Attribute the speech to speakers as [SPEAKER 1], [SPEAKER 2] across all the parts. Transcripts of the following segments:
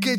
[SPEAKER 1] Keď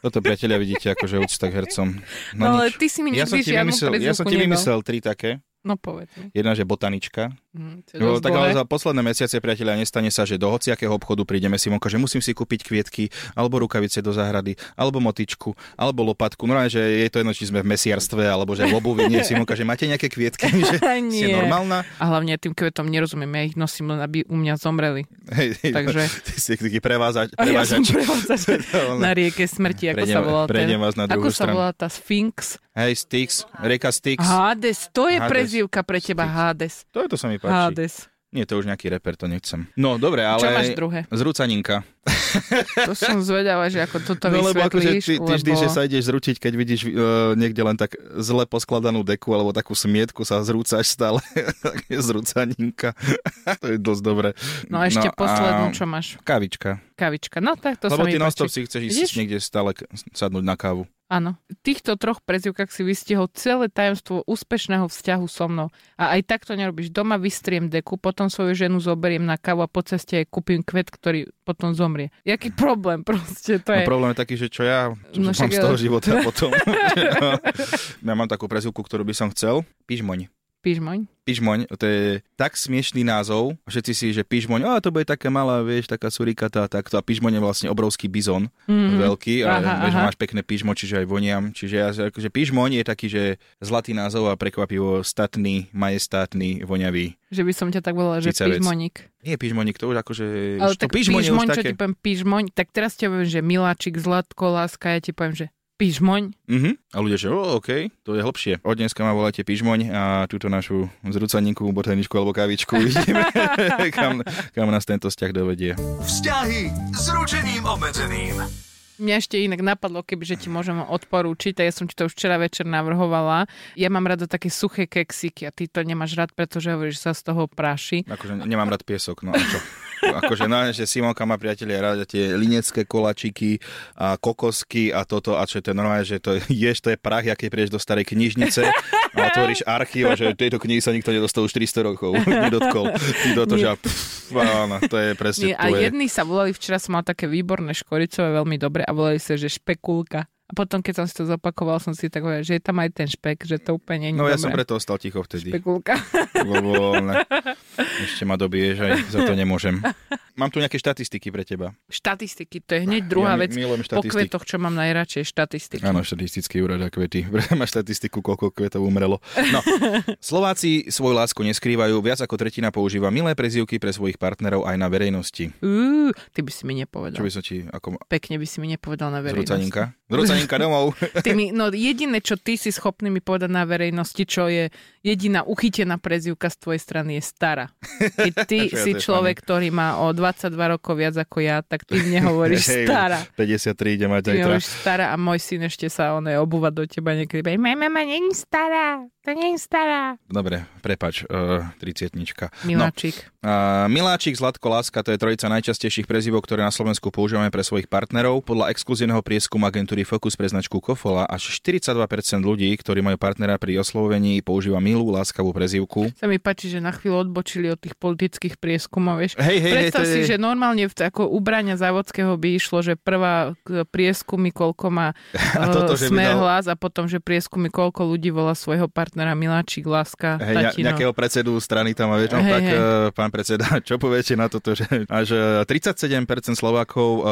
[SPEAKER 2] Toto priatelia vidíte, akože úcta k hercom.
[SPEAKER 3] No, ale
[SPEAKER 2] nič.
[SPEAKER 3] ty si mi
[SPEAKER 2] ja som
[SPEAKER 3] nikdy
[SPEAKER 2] ti
[SPEAKER 3] žiadnu
[SPEAKER 2] vymyslel, ja som
[SPEAKER 3] prezývku
[SPEAKER 2] ti
[SPEAKER 3] nedal.
[SPEAKER 2] vymyslel tri také.
[SPEAKER 3] No povedz mi.
[SPEAKER 2] Jedna, že botanička,
[SPEAKER 3] Hm, to je
[SPEAKER 2] No,
[SPEAKER 3] dosť
[SPEAKER 2] tak
[SPEAKER 3] dlhé.
[SPEAKER 2] ale za posledné mesiace, priatelia, nestane sa, že do hociakého obchodu prídeme si vonko, že musím si kúpiť kvietky, alebo rukavice do záhrady, alebo motičku, alebo lopatku. No aj, že je to jedno, či sme v mesiarstve, alebo že v obuvi nie, Simonka, že máte nejaké kvietky, že si
[SPEAKER 3] Nie.
[SPEAKER 2] normálna.
[SPEAKER 3] A hlavne ja tým kvetom nerozumiem, ja ich nosím len, aby u mňa zomreli.
[SPEAKER 2] Hej, hej,
[SPEAKER 3] Takže-
[SPEAKER 2] Ty si taký prevázač.
[SPEAKER 3] A ja som
[SPEAKER 2] prevážač.
[SPEAKER 3] prevádzač
[SPEAKER 2] To ono.
[SPEAKER 3] na rieke smrti, ako sa
[SPEAKER 2] Prejdem-
[SPEAKER 3] volá
[SPEAKER 2] prejdem vás na
[SPEAKER 3] Ako
[SPEAKER 2] druhú
[SPEAKER 3] sa
[SPEAKER 2] stranu.
[SPEAKER 3] volá tá Sphinx?
[SPEAKER 2] Hej, Styx, rieka Styx.
[SPEAKER 3] Hades, to je
[SPEAKER 2] Hades.
[SPEAKER 3] prezývka pre teba, Hades.
[SPEAKER 2] To je to sa mi páči.
[SPEAKER 3] Hades.
[SPEAKER 2] Nie, to už nejaký reper, to nechcem. No, dobre,
[SPEAKER 3] Čo máš
[SPEAKER 2] ale...
[SPEAKER 3] druhé?
[SPEAKER 2] Zrúcaninka.
[SPEAKER 3] To som zvedavá, že ako toto
[SPEAKER 2] no lebo akože
[SPEAKER 3] vysvetlíš,
[SPEAKER 2] ty, ty vždy, že sa ideš zrútiť, keď vidíš uh, niekde len tak zle poskladanú deku alebo takú smietku sa zrúcaš stále. Tak je Zrúcaninka. to je dosť dobré.
[SPEAKER 3] No a ešte
[SPEAKER 2] a
[SPEAKER 3] poslednú, čo máš?
[SPEAKER 2] Kavička.
[SPEAKER 3] Kavička. No tak to
[SPEAKER 2] To
[SPEAKER 3] sa
[SPEAKER 2] lebo
[SPEAKER 3] mi
[SPEAKER 2] ty
[SPEAKER 3] páči.
[SPEAKER 2] non-stop si chceš ísť
[SPEAKER 3] Vidíš?
[SPEAKER 2] niekde stále k- sadnúť na kávu.
[SPEAKER 3] Áno. V týchto troch prezivkách si vystihol celé tajomstvo úspešného vzťahu so mnou. A aj tak to nerobíš. Doma vystriem deku, potom svoju ženu zoberiem na kávu a po ceste jej kúpim kvet, ktorý potom zomrie. Jaký problém proste to
[SPEAKER 2] No
[SPEAKER 3] je.
[SPEAKER 2] problém je taký, že čo ja čo
[SPEAKER 3] No
[SPEAKER 2] mám
[SPEAKER 3] však
[SPEAKER 2] z
[SPEAKER 3] ja-
[SPEAKER 2] toho života potom. ja mám takú prezivku, ktorú by som chcel. Pižmoň.
[SPEAKER 3] Pižmoň.
[SPEAKER 2] Pižmoň, to je tak smiešný názov, všetci si, že pižmoň, a to bude také malá, vieš, taká surikata a takto. A pižmoň je vlastne obrovský bizon, mm-hmm. veľký, a aha,
[SPEAKER 3] Mhm. Aha,
[SPEAKER 2] vieš,
[SPEAKER 3] aha.
[SPEAKER 2] máš pekné pižmo, čiže aj voniam. Čiže ja, akože pižmoň je taký, že zlatý názov a prekvapivo statný, majestátny, voňavý.
[SPEAKER 3] Že by som ťa tak volala, že
[SPEAKER 2] Cicavec.
[SPEAKER 3] pižmoník.
[SPEAKER 2] Nie pižmoník, to už akože...
[SPEAKER 3] Ale
[SPEAKER 2] už to
[SPEAKER 3] tak
[SPEAKER 2] pižmoň, je už
[SPEAKER 3] pižmoň, čo
[SPEAKER 2] také...
[SPEAKER 3] ti poviem, pižmoň. Tak teraz ti poviem, že miláčik, zlatko, láska, ja ti poviem, že pižmoň.
[SPEAKER 2] Mhm. A ľudia, že o, OK, to je hlbšie. Od dneska ma voláte Pižmoň a túto našu zrúcaninku, botaničku alebo kávičku vidíme, kam, kam nás tento vzťah dovedie.
[SPEAKER 1] Vzťahy s ručením obmedzeným.
[SPEAKER 3] Mňa ešte inak napadlo, kebyže ti môžem odporúčiť, a ja som ti to už včera večer navrhovala. Ja mám rada také suché keksiky a ty to nemáš rád, pretože hovoríš, že sa z toho práši.
[SPEAKER 2] Akože nemám rád piesok, no a čo? Akože no, že Simonka má priatelia rád tie linecké kolačiky a kokosky a toto a čo to je normálne, že to ješ, to je prach, aký prídeš do starej knižnice a otvoríš archív a že tejto knihy sa nikto nedostal už 300 rokov, nedotkol. Ty do toho, že a pff, áno, to je presne
[SPEAKER 3] Nie, a
[SPEAKER 2] tvoje.
[SPEAKER 3] jedni sa volali, včera som mal také výborné škoricové, veľmi dobre, a volali sa, že špekulka. A potom, keď som si to zopakoval, som si tak hovoril, že je tam aj ten špek, že to úplne nie
[SPEAKER 2] No ja som preto ostal ticho vtedy,
[SPEAKER 3] Špekulka.
[SPEAKER 2] lebo ne, ešte ma dobiješ, aj za to nemôžem. Mám tu nejaké štatistiky pre teba.
[SPEAKER 3] Štatistiky, to je hneď druhá
[SPEAKER 2] Ja mi-
[SPEAKER 3] vec.
[SPEAKER 2] milujem
[SPEAKER 3] Po
[SPEAKER 2] štatistiky.
[SPEAKER 3] kvetoch, čo mám najradšej, štatistiky.
[SPEAKER 2] Áno, štatistický úrad a kvety. Máš štatistiku, koľko kvetov umrelo. No, Slováci svoju lásku neskrývajú, viac ako tretina používa milé prezývky pre svojich partnerov aj na verejnosti.
[SPEAKER 3] Uú, ty by si mi
[SPEAKER 2] Čo
[SPEAKER 3] nepovedal.
[SPEAKER 2] by som ti, ako
[SPEAKER 3] Pekne by si mi nepovedal na verejnosti.
[SPEAKER 2] zrucaninka? Zrucaninka domov.
[SPEAKER 3] Ty mi, no jediné, čo ty si schopný mi povedať na verejnosti, čo je jediná uchytená prezivka z tvojej strany je stará. Keď ty
[SPEAKER 2] Čo ja,
[SPEAKER 3] si
[SPEAKER 2] to je
[SPEAKER 3] človek, ktorý má o 22 rokov viac ako ja, tak ty mne hovoríš
[SPEAKER 2] Hej,
[SPEAKER 3] stará.
[SPEAKER 2] 53 ide mať
[SPEAKER 3] Ty mi
[SPEAKER 2] zajtra.
[SPEAKER 3] hovoríš stará a môj syn ešte sa on obúva do teba niekedy. Bej, Moja mama není stará, to není stará.
[SPEAKER 2] Dobre, prepač, uh, 30 No,
[SPEAKER 3] Miláčik.
[SPEAKER 2] Uh, Miláčik, Zlatko, Láska, to je trojica najčastejších prezivov, ktoré na Slovensku používame pre svojich partnerov. Podľa exkluzívneho prieskumu agentúry Focus pre značku Kofola až 42% ľudí, ktorí majú partnera pri oslovení, používa milú, láskavú prezivku.
[SPEAKER 3] Sa mi páči, že na chvíľu odbočili od tých politických prieskumov, vieš.
[SPEAKER 2] Hej, hej, hej,
[SPEAKER 3] Predstav
[SPEAKER 2] to
[SPEAKER 3] si,
[SPEAKER 2] je...
[SPEAKER 3] že normálne v- ako u Braňa Závodského by išlo, že prvá k- prieskumy, koľko má e,
[SPEAKER 2] A toto, že by
[SPEAKER 3] smer
[SPEAKER 2] dal-
[SPEAKER 3] hlas a potom, že prieskumy, koľko ľudí volá svojho partnera Miláčik, Láska,
[SPEAKER 2] Hej, ne-
[SPEAKER 3] Tatino.
[SPEAKER 2] nejakého predsedu strany tam a vieš, no,
[SPEAKER 3] Hej,
[SPEAKER 2] tak
[SPEAKER 3] hej.
[SPEAKER 2] eh, pán predseda, čo poviete na toto, že až eh, 37% Slovákov eh,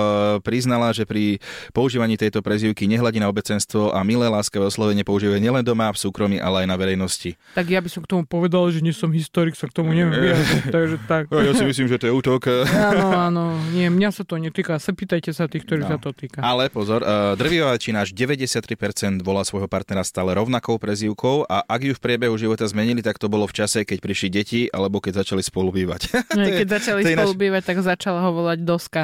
[SPEAKER 2] priznala, že pri používaní tejto prezývky nehľadí na obecenstvo a milé láskavé oslovenie používajú nielen doma, v súkromí, ale aj na verejnosti.
[SPEAKER 3] Tak ja by som k tomu povedal, že nie som historik, sa k tomu neviem vyjadriť, takže tak.
[SPEAKER 2] No, Ja si myslím, že to je útok. eh,
[SPEAKER 3] Áno, áno, nie, mňa sa to netýka, sa pýtajte sa tých, ktorých
[SPEAKER 2] No.
[SPEAKER 3] sa to týka.
[SPEAKER 2] Ale pozor, uh, drvivá väčšina až 93% volá svojho partnera stále rovnakou prezývkou a ak ju v priebehu života zmenili, tak to bolo v čase, keď prišli deti alebo keď začali spolu bývať.
[SPEAKER 3] Nie,
[SPEAKER 2] je-
[SPEAKER 3] Keď začali
[SPEAKER 2] to je ináč-
[SPEAKER 3] spolu bývať, tak začala ho volať doska,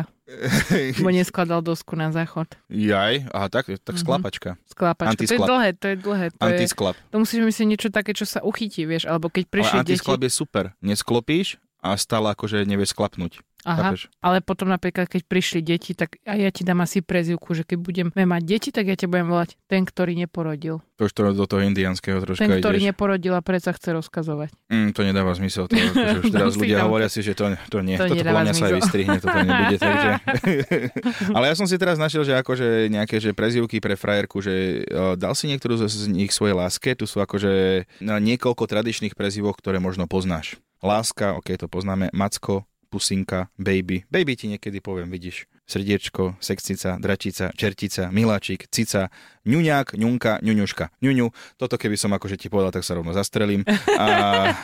[SPEAKER 3] bo neskladal dosku na záchod.
[SPEAKER 2] Jaj, aha, tak, tak sklapačka.
[SPEAKER 3] Sklápačka. To je
[SPEAKER 2] Antisklap.
[SPEAKER 3] dlhé, to je dlhé. To, je,
[SPEAKER 2] Antisklap.
[SPEAKER 3] to musíš myslieť niečo také, čo sa uchytí, vieš, alebo keď
[SPEAKER 2] Ale
[SPEAKER 3] prišli deti.
[SPEAKER 2] antisklap je super. Nesklopíš a stále akože nevieš sklapnúť.
[SPEAKER 3] Aha,
[SPEAKER 2] Chápeš?
[SPEAKER 3] ale potom napríklad, keď prišli deti, tak a ja ti dám asi prezivku, že keď budeme mať deti, tak ja ťa budem volať ten, ktorý neporodil.
[SPEAKER 2] To už to do toho indianského troška
[SPEAKER 3] Ten, ktorý
[SPEAKER 2] ideš.
[SPEAKER 3] neporodil a predsa chce rozkazovať.
[SPEAKER 2] Mm, to nedáva zmysel. To, akože už
[SPEAKER 3] No,
[SPEAKER 2] teraz
[SPEAKER 3] si
[SPEAKER 2] ľudia
[SPEAKER 3] dám
[SPEAKER 2] hovoria si, že to, to nie.
[SPEAKER 3] To
[SPEAKER 2] Toto
[SPEAKER 3] nedáva
[SPEAKER 2] podľa mňa sa aj
[SPEAKER 3] zmysel.
[SPEAKER 2] vystrihne, toto nebude. Takže... Ale ja som si teraz našiel, že akože nejaké že prezivky pre frajerku, že eh, dal si niektorú z, z nich svojej láske. Tu sú akože no, niekoľko tradičných prezivok, ktoré možno poznáš. Láska, ok, to poznáme. Macko, pusinka, baby. Baby ti niekedy poviem, vidíš. Srdiečko, sexcica, dračica, čertica, miláčik, cica, ňuňák, ňunka, ňuňuška, ňuňu. Toto keby som akože ti povedal, tak sa rovno zastrelím. A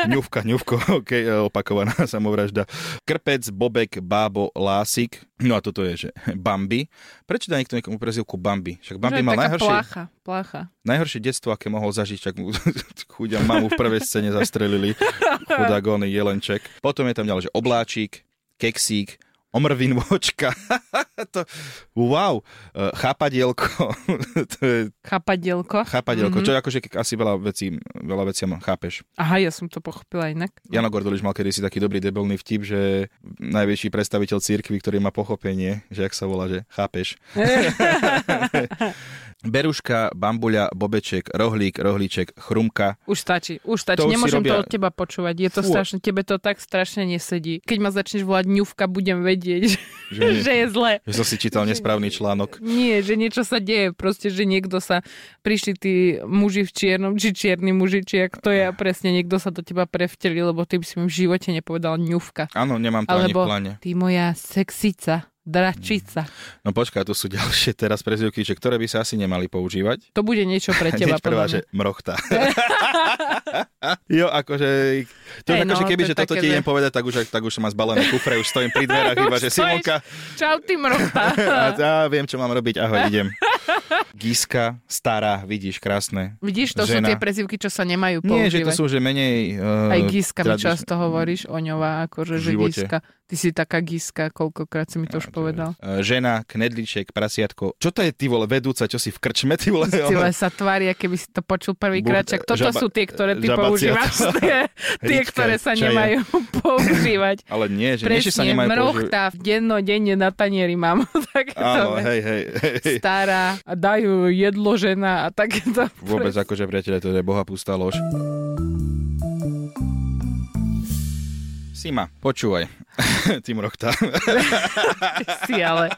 [SPEAKER 2] ňuvka, ňuvko, ok, opakovaná samovražda. Krpec, bobek, bábo, lásik. No a toto je, že Bambi. Prečo dá niekto niekomu prezivku Bambi? Však
[SPEAKER 3] Že
[SPEAKER 2] Bambi
[SPEAKER 3] je
[SPEAKER 2] mal
[SPEAKER 3] taká
[SPEAKER 2] najhoršie,
[SPEAKER 3] plácha, plácha.
[SPEAKER 2] najhoršie detstvo, aké mohol zažiť, čak mu chudia mamu v prvej scéne zastrelili. Chudagóny, jelenček. Potom je tam ďalej, že obláčik, keksík, omrvin vočka. to, wow, Eh, chápadielko. to je
[SPEAKER 3] Chápadielko. Mhm.
[SPEAKER 2] chápadielko, mm-hmm. čo je akože asi veľa vecí, veľa veciam chápeš.
[SPEAKER 3] Aha, ja som to pochopila inak.
[SPEAKER 2] Jano Gordolič mal kedysi taký dobrý debilný vtip, že najväčší predstaviteľ cirkvi, ktorý má pochopenie, že ak sa volá, že chápeš. Beruška, bambuľa, bobeček, rohlík, rohlíček, chrumka.
[SPEAKER 3] Už stačí, už stačí.
[SPEAKER 2] To už si
[SPEAKER 3] Nemôžem
[SPEAKER 2] robia-
[SPEAKER 3] to od teba počúvať. Je to
[SPEAKER 2] Fú.
[SPEAKER 3] strašné, tebe to tak strašne nesedí. Keď ma začneš volať ňufka, budem vedieť,
[SPEAKER 2] Že,
[SPEAKER 3] že,
[SPEAKER 2] nie,
[SPEAKER 3] že je zle.
[SPEAKER 2] že som si čítal nesprávny článok.
[SPEAKER 3] Nie, že niečo sa deje, proste, že niekto sa, prišli tí muži v čiernom, či čierni muži, či ak to je, a presne niekto sa do teba prevtelil, lebo ty by si mi v živote nepovedal ňufka.
[SPEAKER 2] Áno, nemám to ani v
[SPEAKER 3] Alebo
[SPEAKER 2] pláne.
[SPEAKER 3] ty moja sexica, dračica.
[SPEAKER 2] No počkaj, tu sú ďalšie teraz prezivky, že ktoré by sa asi nemali používať.
[SPEAKER 3] To bude niečo pre teba,
[SPEAKER 2] Hneď prvá, že
[SPEAKER 3] podľa mňa.
[SPEAKER 2] mrochta. jo, akože... To
[SPEAKER 3] Hej,
[SPEAKER 2] hey, akože
[SPEAKER 3] no,
[SPEAKER 2] keby,
[SPEAKER 3] to
[SPEAKER 2] že
[SPEAKER 3] je
[SPEAKER 2] toto
[SPEAKER 3] také,
[SPEAKER 2] ti
[SPEAKER 3] že-
[SPEAKER 2] idem povedať, tak už, tak už som má zbalené kufre, už stojím pri dverách iba,
[SPEAKER 3] Už
[SPEAKER 2] že
[SPEAKER 3] stojíš.
[SPEAKER 2] Simonka,
[SPEAKER 3] Čau, ty mrota.
[SPEAKER 2] a ja viem, čo mám robiť, ahoj, idem. Giska, stará, vidíš, krásne.
[SPEAKER 3] Vidíš, to
[SPEAKER 2] Žena.
[SPEAKER 3] sú tie prezivky, čo sa nemajú používať.
[SPEAKER 2] Nie, že to sú, že menej... Uh,
[SPEAKER 3] Aj Giska mi
[SPEAKER 2] tradič-
[SPEAKER 3] často hovoríš o ňová, akože,
[SPEAKER 2] V
[SPEAKER 3] že
[SPEAKER 2] živote.
[SPEAKER 3] Giska. Ty si taká Giska, koľkokrát si mi to už povedal.
[SPEAKER 2] Eh, Žena, knedliček, prasiatko. Čo to je, ty vole, vedúca, čo si v krčme, ty vole?
[SPEAKER 3] Stile sa tvária, keby si to počul prvýkrát,
[SPEAKER 2] Bu-
[SPEAKER 3] čak toto
[SPEAKER 2] žaba-
[SPEAKER 3] sú tie, ktoré ty
[SPEAKER 2] žabacia
[SPEAKER 3] používaš,
[SPEAKER 2] tvár.
[SPEAKER 3] tie, tie
[SPEAKER 2] Rička,
[SPEAKER 3] ktoré sa
[SPEAKER 2] čaja.
[SPEAKER 3] nemajú používať.
[SPEAKER 2] Ale nie, že nie, že sa
[SPEAKER 3] Presne,
[SPEAKER 2] nemajú používať.
[SPEAKER 3] mrochta, dennodenne na tanieri mám
[SPEAKER 2] Áno,
[SPEAKER 3] takéto veci.
[SPEAKER 2] hej, hej, hej, hej.
[SPEAKER 3] stará, a dajú jedlo žena a takéto.
[SPEAKER 2] Vôbec akože, priateľe, to je boha pustá lož. Sima, počúvaj. Tým rochta.
[SPEAKER 3] si, ale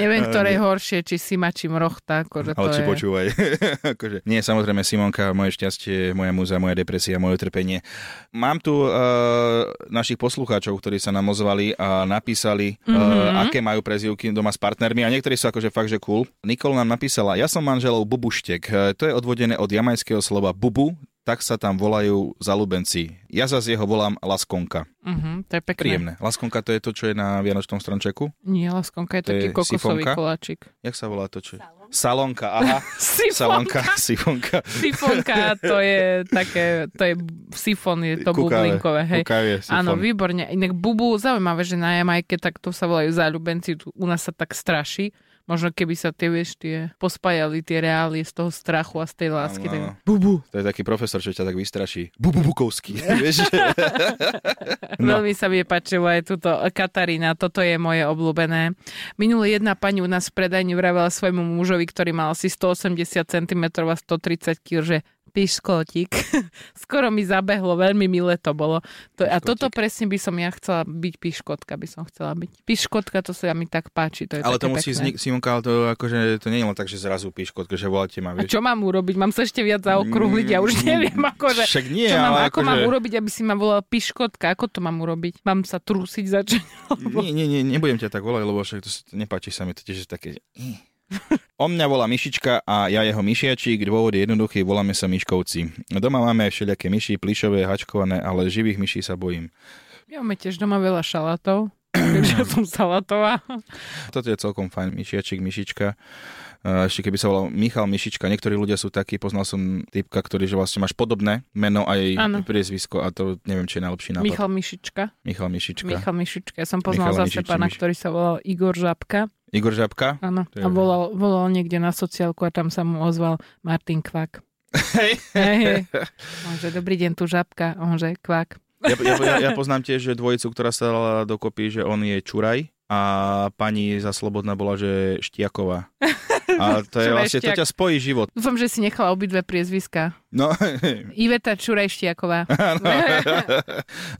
[SPEAKER 3] neviem, ktoré je horšie, či Sima, či Mrochta. Akože
[SPEAKER 2] Ale
[SPEAKER 3] to
[SPEAKER 2] či
[SPEAKER 3] je...
[SPEAKER 2] počúvaj. akože, nie, samozrejme, Simonka, moje šťastie, moja muza, moja depresia, moje trpenie. Mám tu uh, našich poslucháčov, ktorí sa nám ozvali a napísali, mm-hmm. uh, aké majú prezivky doma s partnermi a niektorí sú akože fakt, že cool. Nikol nám napísala, ja som manželov Bubuštek. Eh, To je odvodené od jamajského slova bubu, tak sa tam volajú zalúbenci. Ja zase jeho volám Laskonka.
[SPEAKER 3] Uh-huh, to je pekné.
[SPEAKER 2] Príjemné. Laskonka to je to, čo je na Vianočnom stromčeku?
[SPEAKER 3] Nie, laskonka je
[SPEAKER 2] To
[SPEAKER 3] taký
[SPEAKER 2] je
[SPEAKER 3] kokosový
[SPEAKER 2] sifonka?
[SPEAKER 3] koláčik.
[SPEAKER 2] Jak sa volá to, čo je? Salonka, aha.
[SPEAKER 3] Sifonka.
[SPEAKER 2] Salonka, sifonka.
[SPEAKER 3] Sifonka, to je také, to je sifon, je to bublinkové, hej.
[SPEAKER 2] Kukavie, sifón.
[SPEAKER 3] Áno, výborne. Inak bubu, zaujímavé, že na Jamajke takto sa volajú záľubenci, tu u nás sa tak straší. Možno keby sa tie, vieš, tie pospájali tie reálie z toho strachu a z tej lásky.
[SPEAKER 2] Áno, áno.
[SPEAKER 3] Tak... Bubu.
[SPEAKER 2] To je taký profesor, čo ťa tak vystraší. Bububukovský. Vieš?
[SPEAKER 3] No.
[SPEAKER 2] No.
[SPEAKER 3] Veľmi sa mi páčilo aj túto Katarína, toto je moje obľúbené. Minulé jedna pani u nás v predajni vravela svojmu mužovi, ktorý mal asi 180 cm a 130 kg, že ty škotík. Skoro mi zabehlo, veľmi milé to bolo. To, a
[SPEAKER 2] Piškotík.
[SPEAKER 3] toto presne by som ja chcela byť piškotka, by som chcela byť. Piškotka, to sa mi tak páči, to je
[SPEAKER 2] ale to
[SPEAKER 3] také
[SPEAKER 2] musí
[SPEAKER 3] pekné.
[SPEAKER 2] vzniknúť, Simonka, ale to, akože, to nie je len tak, že zrazu píško, že voláte ma,
[SPEAKER 3] A
[SPEAKER 2] vieš.
[SPEAKER 3] čo mám urobiť? Mám sa ešte viac zaokrúhliť, ja už neviem, akože...
[SPEAKER 2] Mm, Však nie,
[SPEAKER 3] čo mám,
[SPEAKER 2] ale
[SPEAKER 3] ako
[SPEAKER 2] akože...
[SPEAKER 3] mám urobiť, aby si ma volal piškotka? Ako to mám urobiť? Mám sa trúsiť začať?
[SPEAKER 2] Nie, nie, nie, nebudem ťa tak volať, lebo však to si, nepáči sa mi to tiež je také... že- O mňa volá Myšička a ja jeho myšiačík, dôvod je jednoduchý, voláme sa Myškovci. Doma máme všelijaké myši, plišové, hačkované, ale živých myší sa bojím.
[SPEAKER 3] Ja máme tiež doma veľa šalátov. Takže ja som salatová.
[SPEAKER 2] Toto je celkom fajn, myšiačik, myšička. Eh, Ešte keby sa volal Michal Myšička, niektorí ľudia sú takí, poznal som typka, ktorý, že vlastne máš podobné meno aj
[SPEAKER 3] Áno.
[SPEAKER 2] priezvisko a to neviem, či je najlepší nápad.
[SPEAKER 3] Michal Mišička.
[SPEAKER 2] Michal Myšička.
[SPEAKER 3] Michal Mišička. Ja som poznal
[SPEAKER 2] Michala
[SPEAKER 3] zase
[SPEAKER 2] Mišičku,
[SPEAKER 3] pána,
[SPEAKER 2] Miš-
[SPEAKER 3] ktorý sa volal Igor Žabka.
[SPEAKER 2] Igor Žabka.
[SPEAKER 3] Áno.
[SPEAKER 2] To je-
[SPEAKER 3] A volal, volal niekde na sociálku a tam sa mu ozval Martin Kvak.
[SPEAKER 2] Hej.
[SPEAKER 3] Hej, hej. On že, dobrý deň, tu Žabka. A On že, Kvak.
[SPEAKER 2] Ja, ja, ja, ja poznám tiež že dvojicu, ktorá sa dala dokopy, že on je Čuraj a pani za Slobodná bola, že Štiaková. A to je
[SPEAKER 3] Čuraj,
[SPEAKER 2] vlastne, to
[SPEAKER 3] Štiak.
[SPEAKER 2] ťa spojí život.
[SPEAKER 3] Dúfam, že si nechala obidve priezviska.
[SPEAKER 2] No,
[SPEAKER 3] Iveta Čurajštiaková.
[SPEAKER 2] no,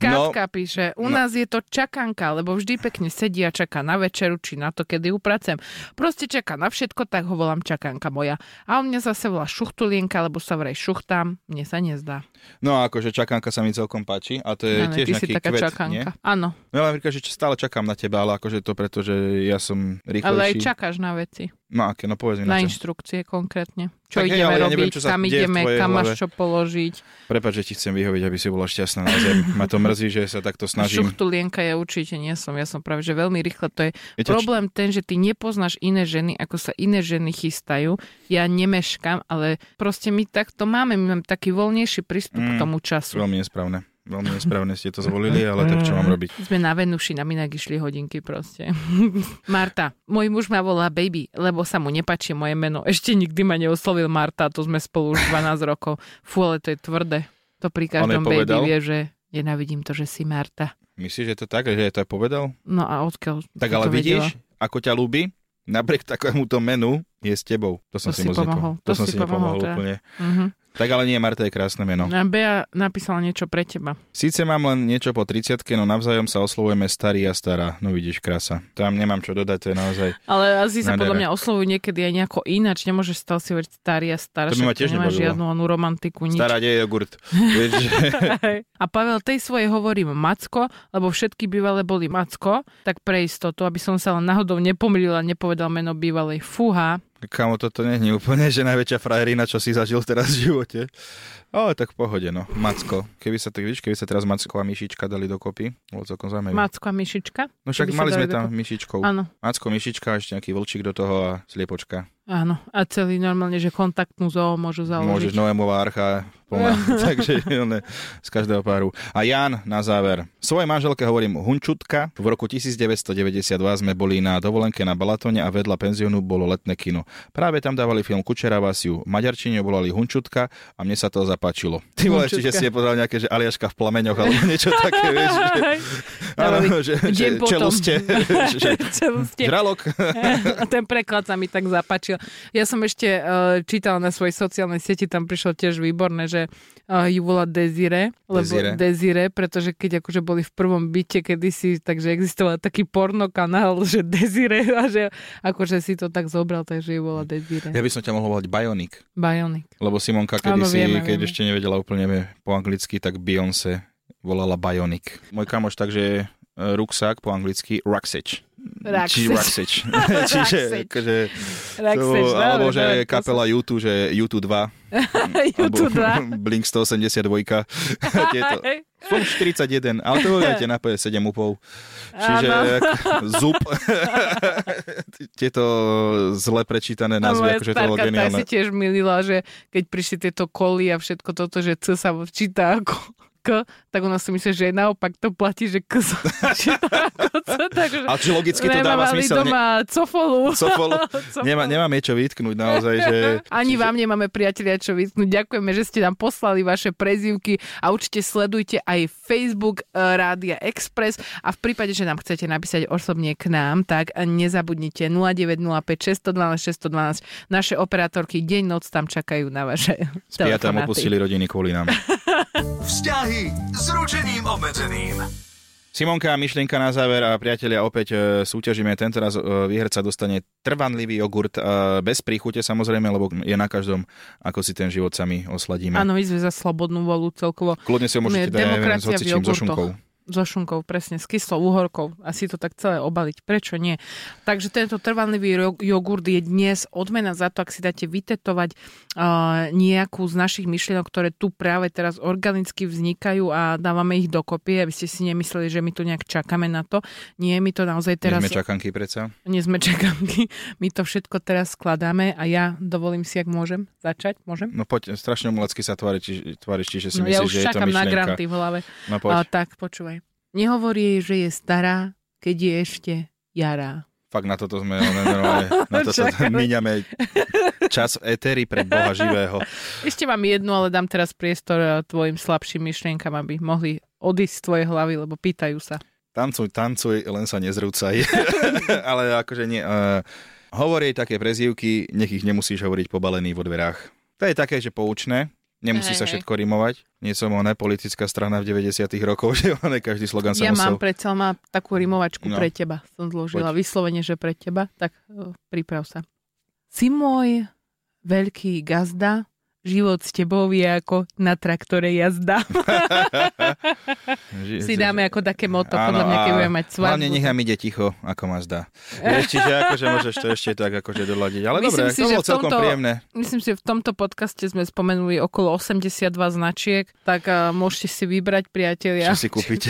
[SPEAKER 3] Kátka píše, u nás je to čakanka, lebo vždy pekne sedí a čaká na večeru, či na to, kedy upracem. Proste čaká na všetko, tak ho volám čakanka moja. A on mňa zase volá šuchtulienka, lebo sa vraj šuchtám. Mne sa nezdá.
[SPEAKER 2] no akože čakanka sa mi celkom páči a to je
[SPEAKER 3] Áno,
[SPEAKER 2] tiež
[SPEAKER 3] ty si
[SPEAKER 2] nejaký
[SPEAKER 3] taká
[SPEAKER 2] kvet, nie?
[SPEAKER 3] čakanka. Áno,
[SPEAKER 2] No ja napríklad, že stále čakám na teba, ale akože to preto, že ja
[SPEAKER 3] ale
[SPEAKER 2] som
[SPEAKER 3] aj
[SPEAKER 2] rýchlejší.
[SPEAKER 3] čakáš na veci.
[SPEAKER 2] No aké, no povedz mi
[SPEAKER 3] Na
[SPEAKER 2] na, čo.
[SPEAKER 3] inštrukcie konkrétne. Čo
[SPEAKER 2] Tak hej,
[SPEAKER 3] ideme
[SPEAKER 2] ale ja neviem,
[SPEAKER 3] robiť,
[SPEAKER 2] čo sa
[SPEAKER 3] kam
[SPEAKER 2] deje v
[SPEAKER 3] ideme,
[SPEAKER 2] tvojej
[SPEAKER 3] kam máš
[SPEAKER 2] hlave.
[SPEAKER 3] čo položiť.
[SPEAKER 2] Prepač, že ti chcem vyhovieť, aby si bola šťastná. Naozaj ma to mrzí, že sa takto snažím.
[SPEAKER 3] Šuchtulienka ja určite nie som. Ja som práve, že veľmi rýchle to je
[SPEAKER 2] Viete, čo-
[SPEAKER 3] Problém ten, že ty nepoznáš iné ženy, ako sa iné ženy chystajú. Ja nemeškam, ale proste my takto máme, my máme taký voľnejší prístup mm. k
[SPEAKER 2] Mm,
[SPEAKER 3] tomu času.
[SPEAKER 2] Veľmi nesprávne. Veľmi nesprávne ste to zvolili, ale tak čo mám robiť?
[SPEAKER 3] Sme na Venuši, nám inak išli hodinky proste. Marta, môj muž ma volá baby, lebo sa mu nepačí moje meno. Ešte nikdy ma neoslovil Marta, to sme spolu už 12 rokov. Fú, ale to je tvrdé. To pri
[SPEAKER 2] On jej
[SPEAKER 3] každom baby
[SPEAKER 2] povedal?
[SPEAKER 3] vie, že nenávidím to, že si Marta.
[SPEAKER 2] Myslíš, že je to tak, že je to aj povedal?
[SPEAKER 3] No a odkiaľ
[SPEAKER 2] Tak
[SPEAKER 3] si
[SPEAKER 2] ale
[SPEAKER 3] to vedela?
[SPEAKER 2] vidíš, ako ťa ľúbi, napriek takémuto menu je s tebou. To som
[SPEAKER 3] To
[SPEAKER 2] si,
[SPEAKER 3] si
[SPEAKER 2] moc nepo-
[SPEAKER 3] pomohol.
[SPEAKER 2] To,
[SPEAKER 3] To
[SPEAKER 2] som
[SPEAKER 3] si
[SPEAKER 2] si nepomohol
[SPEAKER 3] pomohol, teda.
[SPEAKER 2] úplne.
[SPEAKER 3] Mhm.
[SPEAKER 2] Tak ale nie, Marta je krásne meno.
[SPEAKER 3] A Bea napísala niečo pre teba.
[SPEAKER 2] Síce mám len niečo po 30 no navzájom sa oslovujeme starý a stará. No vidíš, krása. Tam nemám čo dodať, to je naozaj...
[SPEAKER 3] Ale asi sa
[SPEAKER 2] Na
[SPEAKER 3] podľa
[SPEAKER 2] nere.
[SPEAKER 3] mňa oslovujú niekedy aj nejako ináč. Nemôžeš stále si hovoriť starý a stará.
[SPEAKER 2] To by ma
[SPEAKER 3] však
[SPEAKER 2] tiež
[SPEAKER 3] nemáš
[SPEAKER 2] nebavilo.
[SPEAKER 3] žiadnu onú romantiku, nič.
[SPEAKER 2] Stará, kde je jogurt? Vieš, že...
[SPEAKER 3] A Pavel, tej svojej hovorím Macko, lebo všetky bývalé boli Macko, tak pre istotu, aby som sa len náhodou nepomýlila, nepovedal meno bývalej Fuha.
[SPEAKER 2] Kamo, toto nie je úplne, že najväčšia frajerina, čo si zažil teraz v živote. Ale tak v pohode, no. Macko. Keby sa, tak, víš, keby sa teraz Macko a Myšička dali dokopy, bolo celkom zaujímavé.
[SPEAKER 3] Macko a Myšička?
[SPEAKER 2] no však
[SPEAKER 3] keby sa
[SPEAKER 2] mali
[SPEAKER 3] dali
[SPEAKER 2] sme tam
[SPEAKER 3] dokopy.
[SPEAKER 2] Myšičkou.
[SPEAKER 3] Áno,
[SPEAKER 2] Macko, Myšička, ešte nejaký vlčík do toho a sliepočka.
[SPEAKER 3] áno. A celý normálne, že kontaktnú zoo môžu
[SPEAKER 2] Môžeš no.
[SPEAKER 3] založiť.
[SPEAKER 2] Noémová archa plná. Takže ne, z každého páru. A Jan na záver. Svojej manželke hovorím Hunčutka. V roku 1992 sme boli na dovolenke na Balatone a vedľa penziónu bolo letné kino. Práve tam dávali film Kučera Vasiu. V Maďarčine ju volali Hunčutka a mne sa to zapáčilo. Ty vole, ešte, že
[SPEAKER 3] Hunčutka.
[SPEAKER 2] si je podal nejaké, že Aliaška v plameňoch alebo niečo také, vieš. Že,
[SPEAKER 3] Dávali
[SPEAKER 2] áno, že, že
[SPEAKER 3] deň potom.
[SPEAKER 2] čeluste. že,
[SPEAKER 3] Celoste.
[SPEAKER 2] žralok.
[SPEAKER 3] A ten preklad e, sa mi tak zapáčil. Ja som ešte uh, čítala na svojej sociálnej sieti, tam prišlo tiež výborné, že že uh, ju volá Desire, lebo
[SPEAKER 2] Desire.
[SPEAKER 3] Desire. pretože keď akože boli v prvom byte kedysi, takže existoval taký porno kanál, že Desire a že akože si to tak zobral, takže ju volá Desire.
[SPEAKER 2] Ja by som ťa mohol volať Bionic,
[SPEAKER 3] Bionic.
[SPEAKER 2] lebo Simonka
[SPEAKER 3] Áno,
[SPEAKER 2] kedysi,
[SPEAKER 3] vieme,
[SPEAKER 2] keď
[SPEAKER 3] vieme.
[SPEAKER 2] ešte nevedela úplne po anglicky, tak Beyoncé volala Bionic. Môj kamoš takže e, ruksák po anglicky Rucksack.
[SPEAKER 3] Rucksack.
[SPEAKER 2] Čiže Rucksack. Čiže
[SPEAKER 3] Rucksack.
[SPEAKER 2] akože,
[SPEAKER 3] Tak
[SPEAKER 2] to,
[SPEAKER 3] chceš,
[SPEAKER 2] alebo
[SPEAKER 3] dobre,
[SPEAKER 2] že
[SPEAKER 3] dobre, to
[SPEAKER 2] kapela U2, že U2 2.
[SPEAKER 3] sa- YouTube dva.
[SPEAKER 2] Blink 182. Tieto. Som 41, ale to hľadajte na PS7 upov. Čiže
[SPEAKER 3] Áno.
[SPEAKER 2] zup. Tieto zle prečítané názvy, akože to bolo
[SPEAKER 3] tak
[SPEAKER 2] geniálne.
[SPEAKER 3] si tiež milila, že keď prišli tieto koly a všetko toto, že C sa číta ako K, tak ona si myslí, že naopak to platí, že K sa číta ako C, takže
[SPEAKER 2] Ale čiže logicky to dáva
[SPEAKER 3] nemávali
[SPEAKER 2] zmysel. Ne,
[SPEAKER 3] doma cofolu.
[SPEAKER 2] Sofol,
[SPEAKER 3] Cofolu.
[SPEAKER 2] nemá, nemám niečo vytknúť naozaj, že...
[SPEAKER 3] Ani
[SPEAKER 2] čiže-
[SPEAKER 3] vám nemáme priatelia čo vytknúť. Ďakujeme, že ste nám poslali vaše prezývky a určite sledujte aj Facebook e, Rádia Express a v prípade, že nám chcete napísať osobne k nám, tak nezabudnite 0905 612 612. Naše operátorky deň, noc tam čakajú na vaše
[SPEAKER 2] Ja tam
[SPEAKER 3] telefonáty.
[SPEAKER 2] opustili rodiny kvôli nám.
[SPEAKER 1] Vzťahy s ručením obmedzeným.
[SPEAKER 2] Simonka, myšlienka na záver a priatelia, opäť e, súťažíme. Tentoraz e, výherca dostane trvanlivý jogurt e, bez príchute samozrejme, lebo je na každom, ako si ten život sami osladíme.
[SPEAKER 3] Áno, my sme za slobodnú volu celkovo.
[SPEAKER 2] Kľudne si ho
[SPEAKER 3] My
[SPEAKER 2] môžete
[SPEAKER 3] je
[SPEAKER 2] dať, ja neviem, s
[SPEAKER 3] demokracia v
[SPEAKER 2] hocičím, so
[SPEAKER 3] jogurtoch.
[SPEAKER 2] šunkou.
[SPEAKER 3] so šunkou, presne, s kyslou uhorkou a si to tak celé obaliť. Prečo nie? Takže tento trvanlivý ro- jogurt je dnes odmena za to, ak si dáte vytetovať uh, nejakú z našich myšlienok, ktoré tu práve teraz organicky vznikajú a dávame ich dokopy, aby ste si nemysleli, že my tu nejak čakáme na to. Nie, my to naozaj
[SPEAKER 2] Teraz...
[SPEAKER 3] teraz...
[SPEAKER 2] Sme čakanky predsa.
[SPEAKER 3] nie sme čakanky. My to všetko teraz skladáme a ja dovolím si, ak môžem, začať. Môžem?
[SPEAKER 2] No poď, strašne umelecky sa tvári, či, tváriš, čiže si
[SPEAKER 3] No,
[SPEAKER 2] myslíš,
[SPEAKER 3] ja už
[SPEAKER 2] že je to
[SPEAKER 3] čakám na
[SPEAKER 2] myšlienka.
[SPEAKER 3] granty v hlave.
[SPEAKER 2] No poď,
[SPEAKER 3] A, tak, počúvaj. Nehovor jej, že je stará, keď je ešte jará.
[SPEAKER 2] fakt na toto sme, no, ale normálne, na toto
[SPEAKER 3] Čakali.
[SPEAKER 2] míňame čas v éteri pre Boha živého.
[SPEAKER 3] Ešte mám jednu, ale dám teraz priestor e, tvojim slabším myšlienkam, aby mohli odísť z tvojej hlavy, lebo pýtajú sa.
[SPEAKER 2] Tancuj, tancuj, len sa nezrúcaj. ale akože nie. Uh, hovor jej také prezývky, nech ich nemusíš hovoriť pobalený vo dverách. To je také, že poučné.
[SPEAKER 3] Hej,
[SPEAKER 2] Nemusí sa
[SPEAKER 3] hej.
[SPEAKER 2] všetko rimovať. Nie som ona politická strana v 90 rokoch, že ona každý slogan sa
[SPEAKER 3] ja mám
[SPEAKER 2] musel...
[SPEAKER 3] predsa má takú rimovačku
[SPEAKER 2] No.
[SPEAKER 3] pre teba. Som zložila vyslovene, že pre teba. Tak e, priprav sa. Si môj veľký gazda, život s tebou je ako na traktore jazda.
[SPEAKER 2] Že-
[SPEAKER 3] si
[SPEAKER 2] že-
[SPEAKER 3] dáme ako také moto, podľa
[SPEAKER 2] Áno,
[SPEAKER 3] mňa, keď
[SPEAKER 2] a
[SPEAKER 3] budeme mať svadbu.
[SPEAKER 2] Hlavne nech nám ide ticho, ako ma zdá. Vieš, čiže akože môžeš to ešte tak akože doladiť. Ale
[SPEAKER 3] Myslím
[SPEAKER 2] dobre,
[SPEAKER 3] si,
[SPEAKER 2] to
[SPEAKER 3] že
[SPEAKER 2] bolo
[SPEAKER 3] v
[SPEAKER 2] celkom
[SPEAKER 3] tomto-
[SPEAKER 2] príjemné.
[SPEAKER 3] Myslím si, že v tomto podcaste sme spomenuli okolo 82 značiek, tak uh, môžete si vybrať, priatelia,
[SPEAKER 2] Čo si kúpite?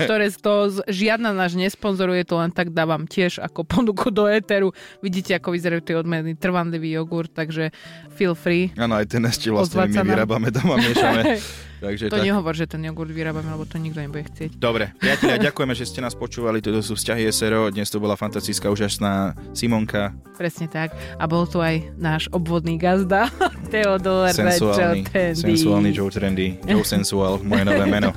[SPEAKER 3] ktoré z toho z- žiadna náš nesponzoruje, to len tak dávam tiež ako ponuku do éteru. Vidíte, ako vyzerajú tie odmeny, trvanlivý jogurt, takže feel free.
[SPEAKER 2] Áno, aj ten ešte vlastne
[SPEAKER 3] Ozvať sa
[SPEAKER 2] my
[SPEAKER 3] nám.
[SPEAKER 2] vyrábame doma, miešame. Takže
[SPEAKER 3] To
[SPEAKER 2] tak.
[SPEAKER 3] nehovor, že ten jogurt vyrábame, lebo to nikto nebude chcieť.
[SPEAKER 2] Dobre, priatelia, ďakujeme, že ste nás počúvali. Toto sú vzťahy SRO. Dnes to bola fantastická, úžasná Simonka.
[SPEAKER 3] Presne tak. A bol tu aj náš obvodný gazda, Teodor
[SPEAKER 2] sensuálny,
[SPEAKER 3] Rečotendy.
[SPEAKER 2] sensuálny Joe Trendy. Joe Sensual, moje nové meno.